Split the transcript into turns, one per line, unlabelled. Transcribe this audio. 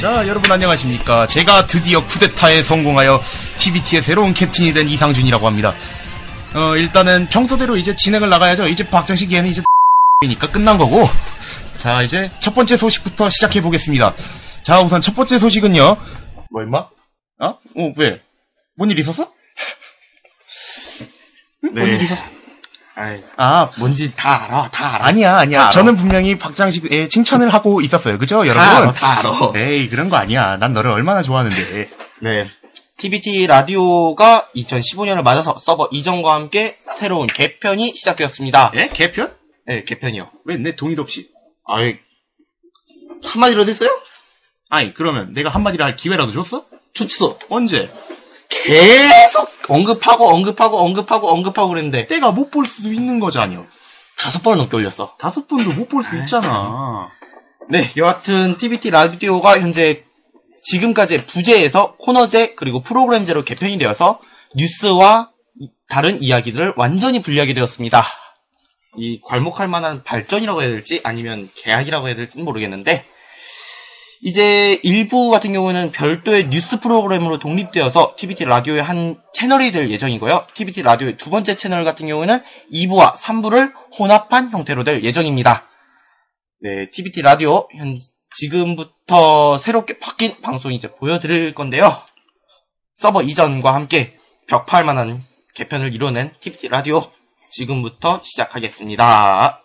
자, 여러분 안녕하십니까. 제가 드디어 쿠데타에 성공하여 TBT의 새로운 캡틴이 된 이상준이라고 합니다. 어, 일단은 평소대로 이제 진행을 나가야죠. 이제 박정식 얘는 이제 이니까 끝난 거고. 자, 이제 첫 번째 소식부터 시작해 보겠습니다. 자, 우선 첫 번째 소식은요. 뭐, 임마? 어? 어, 왜? 뭔 일 있었어?
네. 아이,
아,
뭔지 다 알아, 다 알아.
아니야, 아니야.
알아.
저는 분명히 박장식의 예, 칭찬을 하고 있었어요. 그죠, 여러분?
알아, 다 알아.
에이, 그런 거 아니야. 난 너를 얼마나 좋아하는데.
네. TBT 라디오가 2015년을 맞아서 서버 이전과 함께 새로운 개편이 시작되었습니다.
예? 개편?
네, 개편이요.
왜 내 동의도 없이?
아이, 한마디로 됐어요?
아니 그러면 내가 한마디를 할 기회라도 줬어?
좋죠.
언제?
계속 언급하고, 언급하고, 언급하고, 언급하고 그랬는데,
때가 못 볼 수도 있는 거잖여
다섯 번 넘게 올렸어.
다섯 번도 못 볼 수 있잖아
네, 여하튼 TBT 라디오가 현재 지금까지의 부제에서 코너제 그리고 프로그램제로 개편이 되어서 뉴스와 이- 다른 이야기들을 완전히 분리하게 되었습니다. 이 괄목할 만한 발전이라고 해야 될지 아니면 계약이라고 해야 될지는 모르겠는데 이제 일부 같은 경우에는 별도의 뉴스 프로그램으로 독립되어서 TBT 라디오의 한 채널이 될 예정이고요. TBT 라디오의 두 번째 채널 같은 경우에는 2부와 3부를 혼합한 형태로 될 예정입니다. 네, TBT 라디오 현 지금부터 새롭게 바뀐 방송 이제 보여드릴 건데요. 서버 이전과 함께 벽파할 만한 개편을 이뤄낸 TBT 라디오 지금부터 시작하겠습니다.